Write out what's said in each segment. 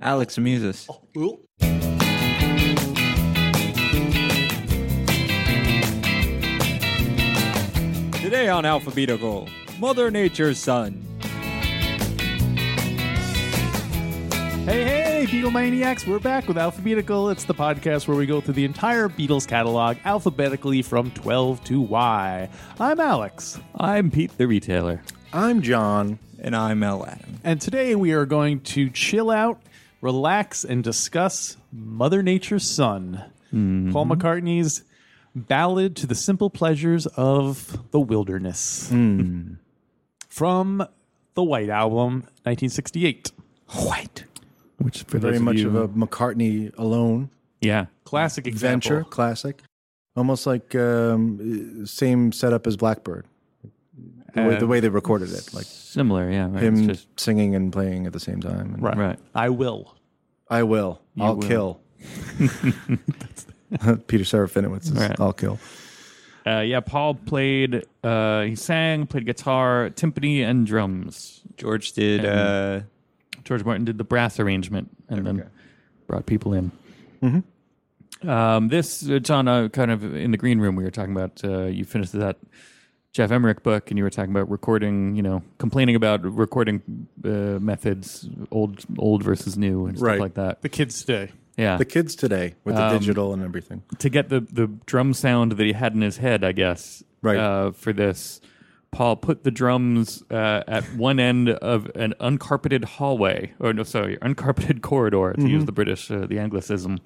Alex, amuse us. Today on Alphabetical, Mother Nature's Son. Hey, hey, Beatle Maniacs, we're back with Alphabetical. It's the podcast where we go through the entire Beatles catalog alphabetically from 12 to Y. I'm Alex, I'm Pete the Retailer. I'm John. And I'm L. Adam. and today we are going to chill out, relax, and discuss Mother Nature's Son, Paul McCartney's ballad to the simple pleasures of the wilderness from the White Album, 1968. White. Which for Very those much you, of a McCartney alone yeah. Classic example. venture, classic. Almost like um, same setup as Blackbird. The, way, Uh, the way they recorded it, like Similar, yeah. Right. him It's just singing and playing at the same time. And Right. right. I will. I will. I'll will. kill. Peter Serafinowicz is Right. I'll kill. Uh, yeah, Paul played uh, he sang, played guitar, timpani, and drums. George did. Uh, And- George Martin did the brass arrangement and then brought people in. Mm-hmm. Um, this, uh, John, uh, kind of in the green room, we were talking about. Uh, you finished that Jeff Emmerich book, and you were talking about recording. You know, complaining about recording uh, methods, old old versus new, and stuff Right. like that. The kids today. Yeah, The kids today with Um, the digital and everything. to get the the drum sound that he had in his head, I guess. Right. uh, for this. Paul put the drums uh, at one end of an uncarpeted hallway, or no, sorry, uncarpeted corridor, to use the British, uh, the Anglicism,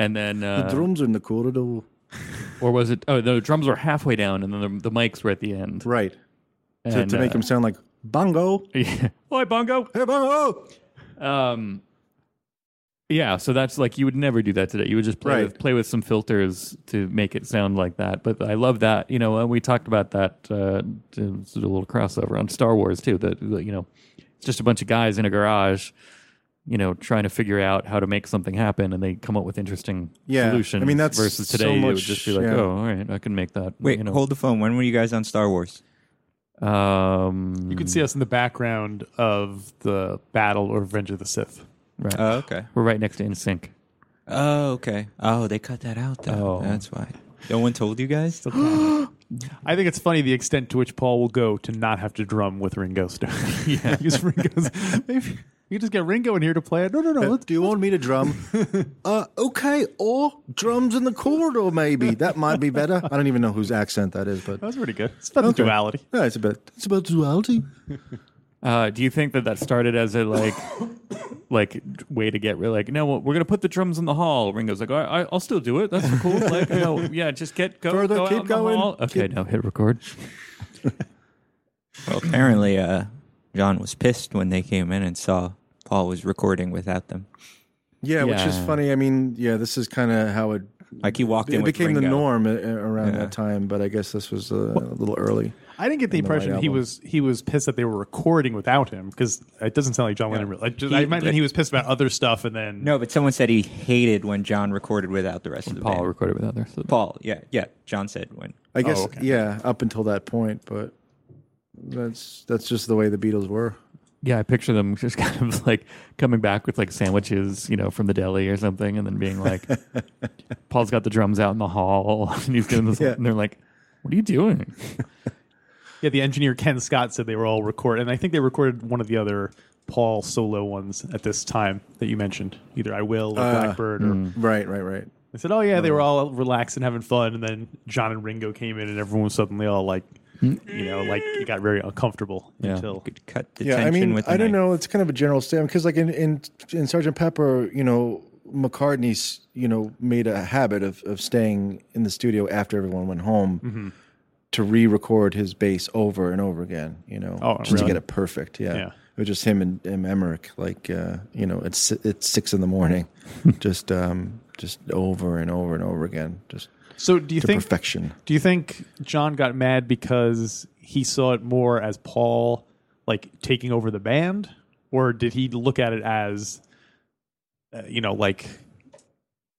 and then uh, Drums in the corridor. or was it? Oh, the drums were halfway down, and then the, the mics were at the end. Right. To, And, to make uh, them sound like bongo. Yeah. Oi, bongo. Hey, bongo. Um, yeah, so that's like you would never do that today. You would just play Right. with play with some filters to make it sound like that. But I love that. You know, and we talked about that. Uh, to- sort of a little crossover on Star Wars too. That that, you know, it's just a bunch of guys in a garage. You know, trying to figure out how to make something happen, and they come up with interesting Yeah. solutions. I mean, that's versus so today, it would much- just be like, yeah. oh, all right, I can make that. wait, you know, hold the phone. When were you guys on Star Wars? um, You can see us in the background of the battle or Revenge of the Sith. right. Oh, okay. we're right next to InSync. Oh, okay. Oh, they cut that out, though. Oh. That's why. No one told you guys? I think it's funny the extent to which Paul will go to not have to drum with Ringo Starr. yeah, because Ringo's maybe you just get Ringo in here to play it. No, no, no. Let's, Do you want me to drum? uh, okay, or drums in the corridor, maybe. That might be better. I don't even know whose accent that is, but that was pretty good. It's about the duality. yeah, it's about it's about duality. Uh, do you think that that started as a like, like way to get rid? Like, no, we're gonna put the drums in the hall. Ringo's like, I, I, I'll still do it. That's cool. Like, no, yeah, just get go, Further, go out keep in the going. hall. Okay, now hit record. Well, apparently, uh, John was pissed when they came in and saw Paul was recording without them. Yeah, which is Yeah. funny. I mean, yeah, this is kind of how it Like he walked in it with became the Ringo. norm a- a- around Yeah. that time. But I guess this was a, a little early. I didn't get the And the White impression he Album. was he was pissed that they were recording without him because it doesn't sound like John Lennon. really- I, just, I He- imagine he was pissed about other stuff and then No, but someone said he hated when John recorded without the rest of the Paul band. recorded with other. So Paul, yeah, yeah. John said when. I guess, okay. yeah, up until that point. But that's that's just the way the Beatles were. yeah, I picture them just kind of like coming back with like sandwiches, you know, from the deli or something, and then being like, Paul's got the drums out in the hall, and he's doing this, Yeah. and they're like, "What are you doing?" Yeah, the engineer Ken Scott said they were all recorded, and I think they recorded one of the other Paul solo ones at this time that you mentioned, either I Will or Blackbird. Or Right, right, right. they said, "Oh yeah, they were all relaxed and having fun," and then John and Ringo came in, and everyone was suddenly all like, you know, like it got very uncomfortable Yeah. until Could cut the yeah, I tension mean, with. The I don't knife. know. It's kind of a general statement because, like in, in in Sergeant Pepper, you know, McCartney's you know made a habit of of staying in the studio after everyone went home to re-record his bass over and over again. You know, Oh, just really? to get it perfect. Yeah. Yeah. It was just him and, and Emmerich, like uh, you know, it's it's six in the morning, just um, just over and over and over again, just So, do you to think? perfection. Do you think John got mad because he saw it more as Paul like taking over the band, or did he look at it as, uh, you know, like,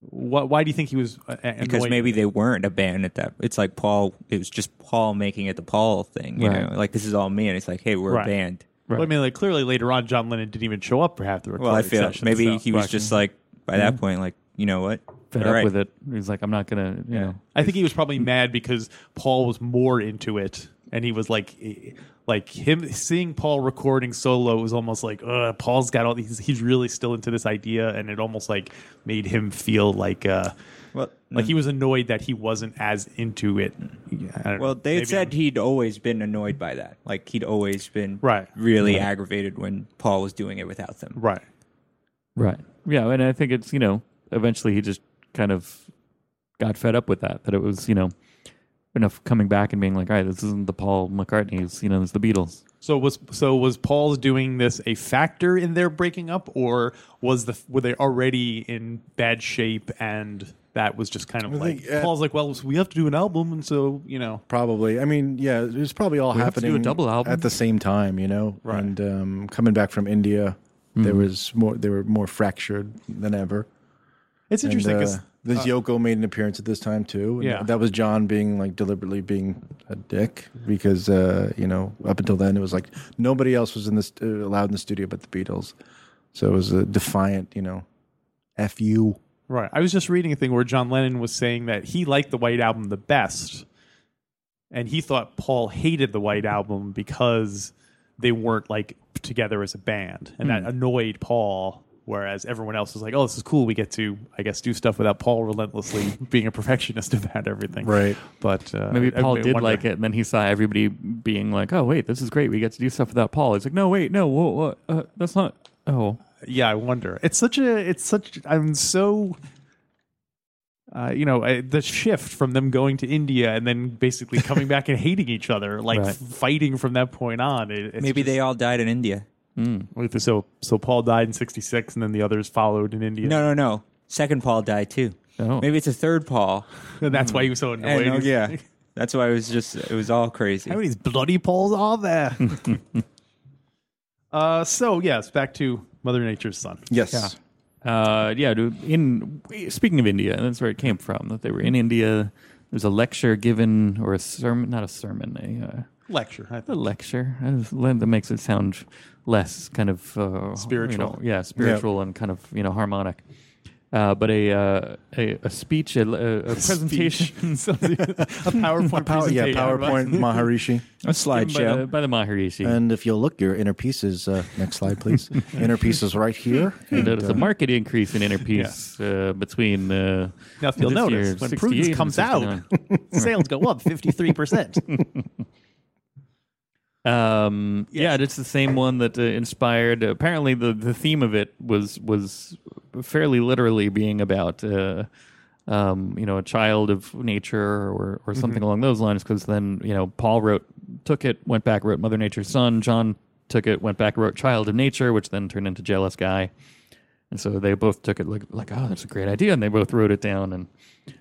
wh- why do you think he was? Uh, annoyed? because maybe they weren't a band at that. It's like Paul. It was just Paul making it the Paul thing. You Right. know, like this is all me, and it's like, hey, we're Right. a band. But I mean, like clearly later on, John Lennon didn't even show up for half the recording Well, I feel sessions, maybe so. he was just like by that point, like you know what, Mm-hmm. Fed All up right. with it. He's like, I'm not gonna, you know. I think he was probably mad because Paul was more into it, and he was like, eh, like him seeing Paul recording solo was almost like, uh, Paul's got all these. He's really still into this idea, and it almost like made him feel like, uh, Well, like he was annoyed that he wasn't as into it. I don't know. Well, they Maybe had said I'm- he'd always been annoyed by that. Like he'd always been Right. really aggravated when Paul was doing it without them. right. Right. Yeah, and I think it's you know eventually he just kind of got fed up with that. That it was you know enough coming back and being like, all right, this isn't the Paul McCartney's. You know, it's the Beatles. So was so was Paul's doing this a factor in their breaking up, or was the were they already in bad shape and that was just kind of I like think, uh, Paul's like, well, we have to do an album, and so you know, Probably. I mean, yeah, it was probably all have to do happening a double album. at the same time, you know. Right. And um, coming back from India, Mm-hmm. there was more. They were more fractured than ever. it's interesting And, uh, because this Yoko made an appearance at this time too. and Yeah. that was John being like deliberately being a dick because uh, you know up until then it was like nobody else was in this uh, allowed in the studio but the Beatles, so it was a defiant, you know, f you. Right. I was just reading a thing where John Lennon was saying that he liked the White Album the best, and he thought Paul hated the White Album because they weren't like together as a band, and Hmm. that annoyed Paul. Whereas everyone else was like, "Oh, this is cool. We get to, I guess, do stuff without Paul relentlessly being a perfectionist about everything." Right. But uh, Maybe I- I Paul did wonder- like it, and then he saw everybody being like, oh wait, this is great. We get to do stuff without Paul. He's like, no wait, no, whoa, whoa, uh, that's not. Oh, yeah i wonder it's such a it's such i'm so uh, you know uh, the shift from them going to india and then basically coming back and hating each other like Right. f- fighting from that point on it, it's Maybe they just- all died in India. so so paul died in 66 and then the others followed in india No, no, no. Second Paul died too. Oh. Maybe it's a third Paul. and that's why he was so And, annoyed oh, yeah, that's why it was just it was all crazy. How many bloody poles are there? uh, so yes, back to Mother Nature's son. Yes. Uh, yeah. dude, In speaking of India, that's where it came from. That they were in India. There's a lecture given or a sermon, not a sermon, a. Uh, Lecture. I a thought. lecture I just- that makes it sound less kind of uh, Spiritual. you know, yeah, spiritual and kind of you know harmonic. Uh, but a, uh, a a speech, a, a, a presentation, something- A PowerPoint. Pow- yeah, presentation. PowerPoint Maharishi. a by, the, slideshow. by the Maharishi. And if you'll look, your inner piece is uh, next slide, please. inner piece is right here. And, Notice a uh, market increase in inner peace uh, between. Uh, Now, if you'll this notice, year, when 68 Prudence and comes out, 69. sales go up 53%. Um, Yeah, it's the same one that uh, inspired. Apparently, the, the theme of it was was fairly literally being about, uh, um, you know, a child of nature or Mm-hmm. or something along those lines. Because then, you know, Paul wrote, took it, went back, wrote Mother Nature's Son. John took it, went back, wrote Child of Nature, which then turned into Jealous Guy. And so they both took it like, like, oh, that's a great idea, and they both wrote it down. And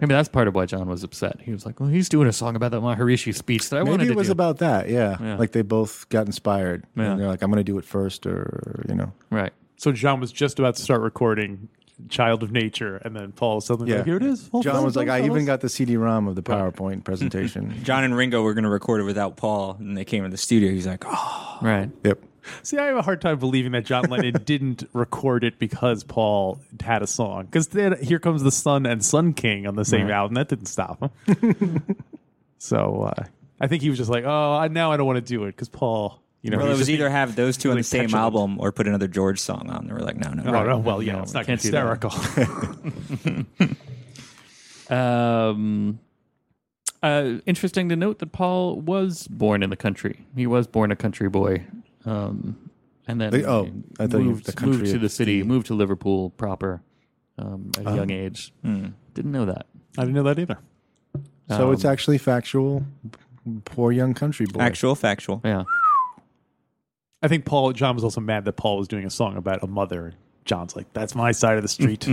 maybe that's part of why John was upset. He was like, well, he's doing a song about that Maharishi speech that I wanted Maybe to it was do. about that, yeah. Yeah. Like they both got inspired. Yeah. And they're like, I'm going to do it first, or, you know. right. So John was just about to start recording Child of Nature, and then Paul suddenly Yeah. like, here it is. Hold John on, was like, hold I on, even fellas." got the CD ROM of the PowerPoint presentation. John and Ringo were going to record it without Paul, and they came to the studio. He's like, "Oh, Right. yep. See, I have a hard time believing that John Lennon didn't record it because Paul had a song. Because then here comes the Sun and Sun King on the same album. That didn't stop him. so uh, I think he was just like, oh, I, now I don't want to do it because Paul, you know, well, he it was just- either have those two on really the same petulant. album or put another George song on." They were like, "No, no, Oh, no." no, well, yeah, No, it's we not can't do that. hysterical. Um, uh, interesting to note that Paul was born in the country. He was born a country boy, um, and then They- oh, I thought you- moved, the Uh-huh. country moved to of the city, moved to Liverpool proper um, at a young age. Hmm. Didn't know that. I didn't know that either. So it's Um, actually factual. Poor young country boy. Actual factual. yeah. I think Paul John was also mad that Paul was doing a song about a mother. John's like, "That's my side of the street."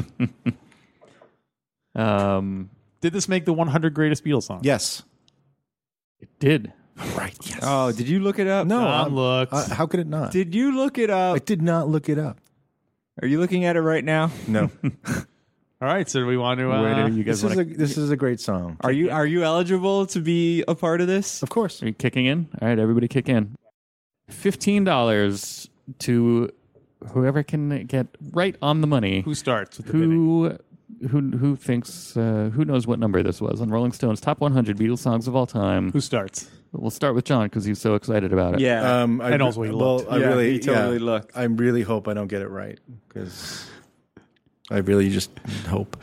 Um, Did this make the 100 greatest Beatles songs? Yes. it did. Right. Yes. Oh, did you look it up? no. John Um, I'm- looks. uh, how could it not? Did you look it up? I did not look it up. Are you looking at it right now? No. All right, so do we want to? Uh, Where do you guys this want is to? a this is a great song. Are you are you eligible to be a part of this? Of course. Are you kicking in? All right, everybody, kick in. fifteen dollars to whoever can get right on the money. Who starts with the bidding? who who who thinks uh, who knows what number this was on Rolling Stone's top 100 Beatles songs of all time? Who starts? We'll start with John because he's so excited about it. Yeah. Um, I, And also he well, looked. I Yeah, really, he totally yeah, looked. I really hope I don't get it right because I really just hope.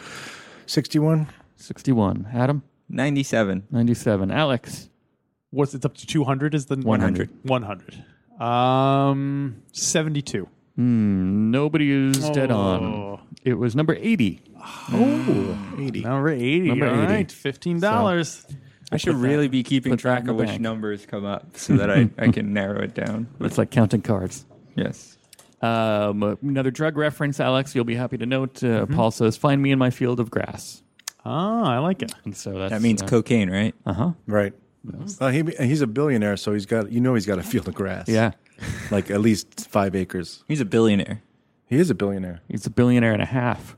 Sixty-one. 61. Adam 97. 97. Alex What's it's up to 200 is the 100. 100. Um 72. Hmm, nobody is dead Oh. on. It was number 80. Number 80. Number All 80. right, $15. I should really be keeping Put that track in the of which bank. numbers come up so that I, I can narrow it down. It's like counting cards. Yes. Um, another drug reference, Alex. You'll be happy to note. Uh, Mm-hmm. Paul says, "Find me in my field of grass." Ah, I like it. And so that's, That means uh, cocaine, right? Right. Uh, he he's a billionaire, so he's got you know he's got a field of grass. Yeah, like at least five acres. He's a billionaire. He is a billionaire. he's a billionaire and a half.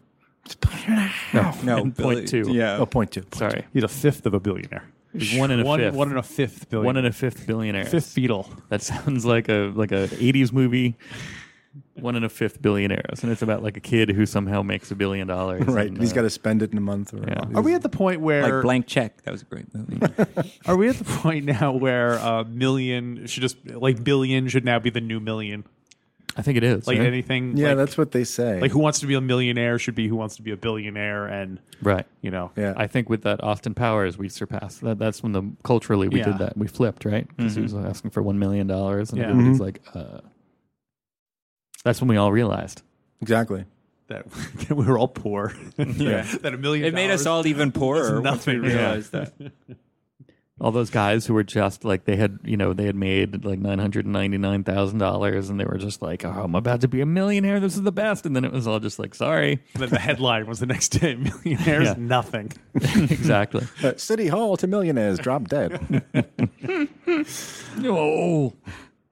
No, And point billi- two. Yeah. Oh, point two. Sorry, He's a fifth of a billionaire. He's one and a one, fifth. One and a fifth billionaire. one and a fifth billionaire. fifth beetle. That sounds like a like a '80s movie. One and a fifth billionaires, and it's about like a kid who somehow makes a billion dollars. Right. and, he's uh, got to spend it in a month. Or a Yeah. month. Are we at the point where Like Blank Check. That was a great movie. are we at the point now where a million should just like billion should now be the new million? I think it is Like right? anything Yeah, like, that's what they say. like who wants to be a millionaire should be who wants to be a billionaire and right. you know Yeah. I think with that Austin Powers, we surpassed that. That's when the culturally we Yeah. Mm-hmm. did that. We flipped right because he was asking for one million dollars, and Yeah. everybody's Mm-hmm. like, uh, "That's when we all realized." exactly. that, that we were all poor. Yeah. that a million It made us dollars- all even poorer once we nothing, yeah. realized that. All those guys who were just like they had, you know, they had made like nine hundred ninety nine thousand dollars, and they were just like, "Oh, I'm about to be a millionaire. This is the best." And then it was all just like, "Sorry." Then the headline was the next day millionaires Yeah. nothing. exactly. Uh, City Hall to millionaires drop dead. Oh. No.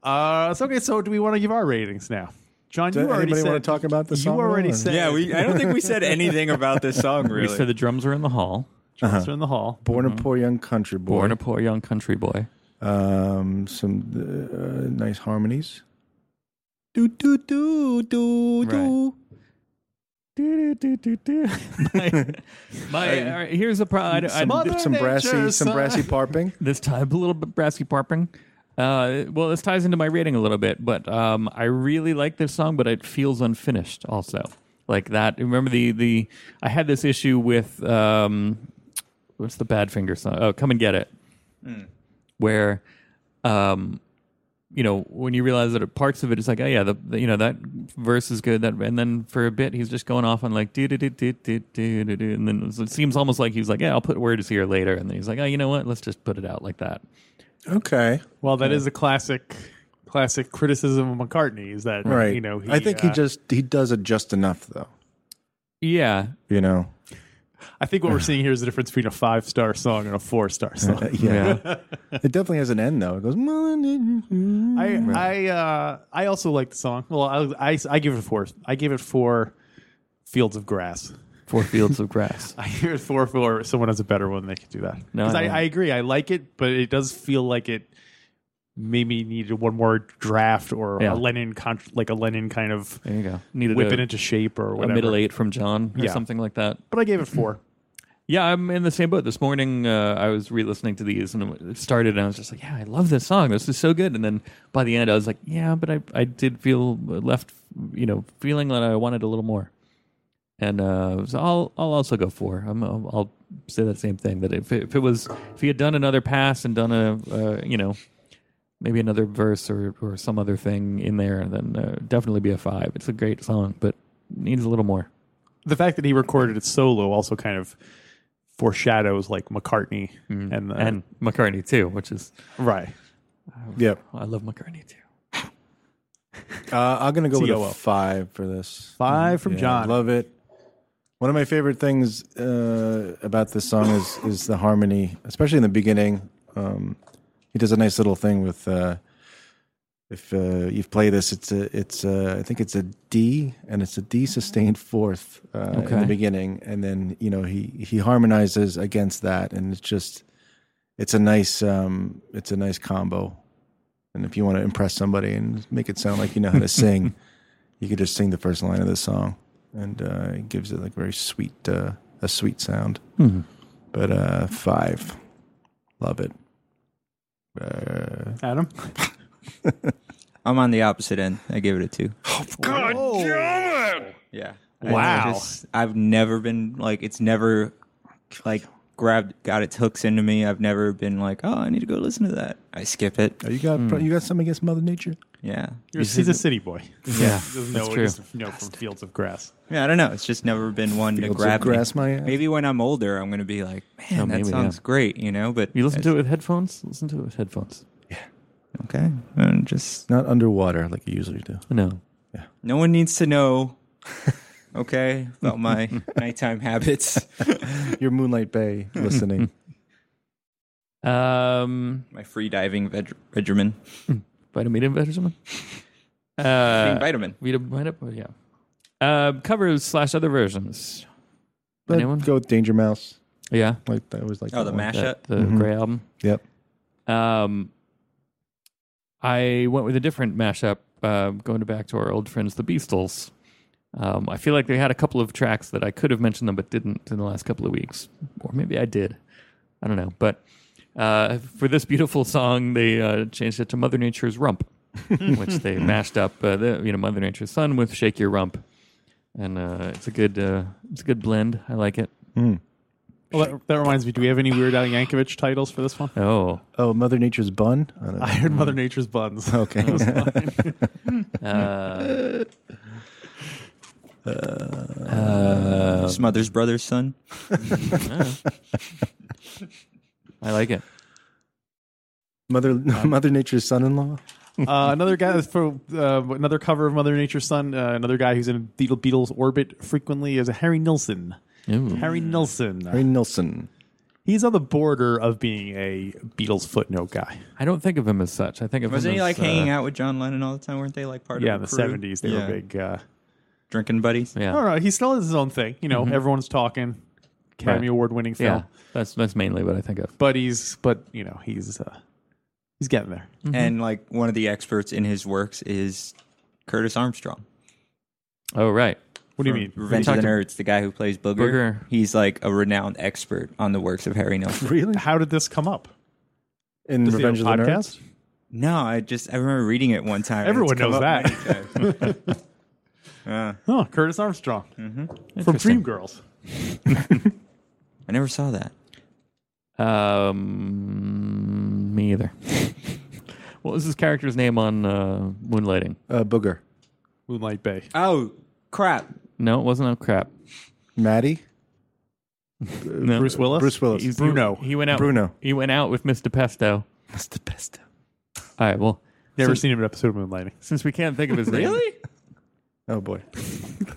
Uh, so okay. So do we want to give our ratings now? John, Does you already anybody said. wanna talk about the You song already or- said. Yeah, we, I don't think we said anything about this song, We really. said the drums are in the hall. Johnson Uh-huh. in the hall. Born a poor young country boy. Born a poor young country boy. um, some uh, nice harmonies. Do do do do do. Do, do, do, do, do. my, my, all right, uh, here's a pro. I, I, Some, some brassy, nature's some son. brassy parping. this time a little bit brassy parping. Uh, well, this ties into my rating a little bit, but um, I really like this song, but it feels unfinished. Also, like that. Remember the the I had this issue with um, what's the Badfinger song? Oh, come and get it, Hmm. where um, you know when you realize that parts of it, it's like oh yeah, the, the- you know that verse is good. That and then for a bit he's just going off on like do do do do do do do do, and then it seems almost like he's like yeah, I'll put words here later, and then he's like oh you know what, let's just put it out like that. Okay, Well, that is a classic, classic criticism of McCartney. Is that right. You know, he, I think uh, he just he does it just enough though. Yeah, You know. I think what we're seeing here is the difference between a five star song and a four star song. Uh, Yeah. it definitely has an end though. It goes. Mm. I I uh, I also like the song. Well, I, I I give it four. I give it four fields of grass. Four fields of grass. I give it four for someone has a better one. They could do that. No, Because I I, know. I agree. I like it, but it does feel like it maybe needed one more draft or Yeah. a Lennon con- like a Lennon kind of There you go. Needed whip a, it into shape or a whatever. middle eight from John or Yeah. something like that. But I gave it four. Yeah, I'm in the same boat. This morning, uh, I was re-listening to these, and it started, and I was just like, "Yeah, I love this song. This is so good." And then by the end, I was like, "Yeah, but I, I did feel left, you know, feeling that I wanted a little more." And uh, so I'll, I'll also go four. I'm, I'll, I'll say that same thing. That if it, if it was, if he had done another pass and done a, uh, you know, maybe another verse or or some other thing in there, then uh, definitely be a five. It's a great song, but needs a little more. The fact that he recorded it solo also kind of foreshadows like McCartney and the, Mm. And McCartney too, which is right. yeah. I love McCartney too. Uh, I'm gonna go with TOO. a five for this. Five from Mm, Yeah, John. Love it. One of my favorite things uh, about this song is is the harmony, especially in the beginning. Um, he does a nice little thing with uh, if uh, you've played this, it's a it's a, I think it's a D and it's a D sustained fourth uh, in Okay. the beginning, and then you know he he harmonizes against that, and it's just it's a nice um, it's a nice combo. And if you want to impress somebody and make it sound like you know how to sing, you could just sing the first line of the song, and uh, it gives it like very sweet, uh, a sweet sound. But uh, five, love it. Uh, Adam? I'm on the opposite end. I give it a two. Yeah. I- I Wow. just- I've never been like it's never like grabbed got its hooks into me. I've never been like, oh, I need to go listen to that. I skip it. oh, you got pro you got something against Mother Nature? Yeah. You're, he's a city boy. Yeah, He doesn't know what true. he's you know, from fields of grass. Yeah, I don't know. It's just never been one Fields to of grab me. grass, my ass. Maybe when I'm older, I'm gonna be like, man, Oh, that maybe, sounds yeah. great, you know. But You listen to it with headphones. Listen to it with headphones. okay, and just Not underwater like you usually do. No, no one needs to know. Okay, about my nighttime habits, Your Moonlight Bay listening. um, my free diving veg- regimen, vitamin invite or something. Uh, vitamin. Vita Vita- yeah. Uh, covers slash other versions. But Anyone? go with Danger Mouse. Yeah, Like that was like Oh, the that one. mashup. that, the Mhm. Gray album. Yep. Um, I went with a different mashup, uh, going back to our old friends, the Beastles. Um, I feel like they had a couple of tracks that I could have mentioned them, but didn't in the last couple of weeks, or maybe I did. I don't know. But uh, for this beautiful song, they uh, changed it to Mother Nature's Rump, which they mashed up, uh, the, you know, Mother Nature's Son with Shake Your Rump, and uh, it's a good, uh, it's a good blend. I like it. Hmm. Well, that, that reminds me. Do we have any Weird Al Yankovic titles for this one? Oh, Oh, Mother Nature's bun. I don't know. I heard Mother Nature's buns. Uh, okay. uh, Smothers Brothers son. I like it. Mother Mother Nature's son-in-law. uh, another guy for uh, another cover of Mother Nature's Son. Uh, another guy who's in the Beatles orbit frequently is Harry Nilsson. Ooh. Harry Nilsson. Harry Nilsson. He's on the border of being a Beatles footnote guy. I don't think of him as such. I think of Wasn't him he as, like uh, hanging out with John Lennon all the time? Weren't they like part Yeah, in of the the crew? seventies, they Yeah. were big. Uh, drinking buddies. Yeah, I don't know. He still has his own thing. You know, everyone's talking. Academy Right. Award winning film, yeah. That's that's mainly what I think of. but he's but you know he's uh, he's getting there. and like one of the experts in his works is Curtis Armstrong. Oh right, What do you mean? Revenge of the Nerds, the guy who plays Booger. Booger. He's like a renowned expert on the works of Harry Nilsson. Really? How did this come up? In Is it a Revenge of the Nerds. podcast? no, I just I remember reading it one time. and Everyone it's come knows up that. many times. Uh, Oh, Curtis Armstrong from Interesting. Dreamgirls. I never saw that. Um, me either. what was his character's name on uh, Moonlighting? Uh, Booger. Moonlight Bay. Oh crap! No, it wasn't on crap. Maddie. No. Bruce Willis. Bruce Willis. He's- Bruno. He, he went out. Bruno. He went out with Mr. Pesto. That's the best. All right. Well, Never since, seen him in an episode of Moonlighting. since we can't think of his name, Oh boy.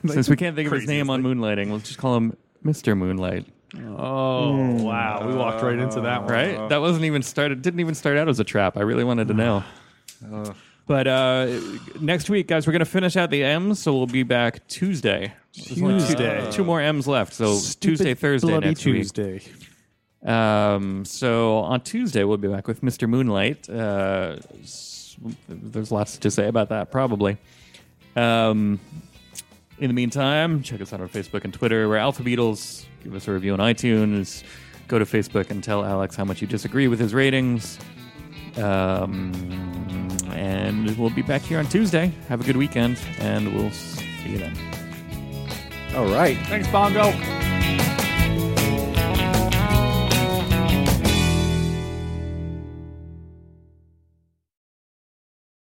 since we can't think of his Crazy name on Moonlighting, we'll just call him Mr. Moonlight. Oh wow, we walked right into that one. right? that wasn't even started. Didn't even start out as a trap. I really wanted to know. But uh, next week, guys, we're gonna finish out the M's, so we'll be back Tuesday. There's only two- Tuesday. two more M's left, so Tuesday, Thursday bloody next Tuesday. week. Um, so on Tuesday, we'll be back with Mr. Moonlight. Uh, s- there's lots to say about that, probably. Um, in the meantime, check us out on Facebook and Twitter. We're Alpha Beatles. Give us a review on iTunes. Go to Facebook and tell Alex how much you disagree with his ratings. Um, and we'll be back here on Tuesday. Have a good weekend, and we'll see you then. All right. Thanks, Bongo.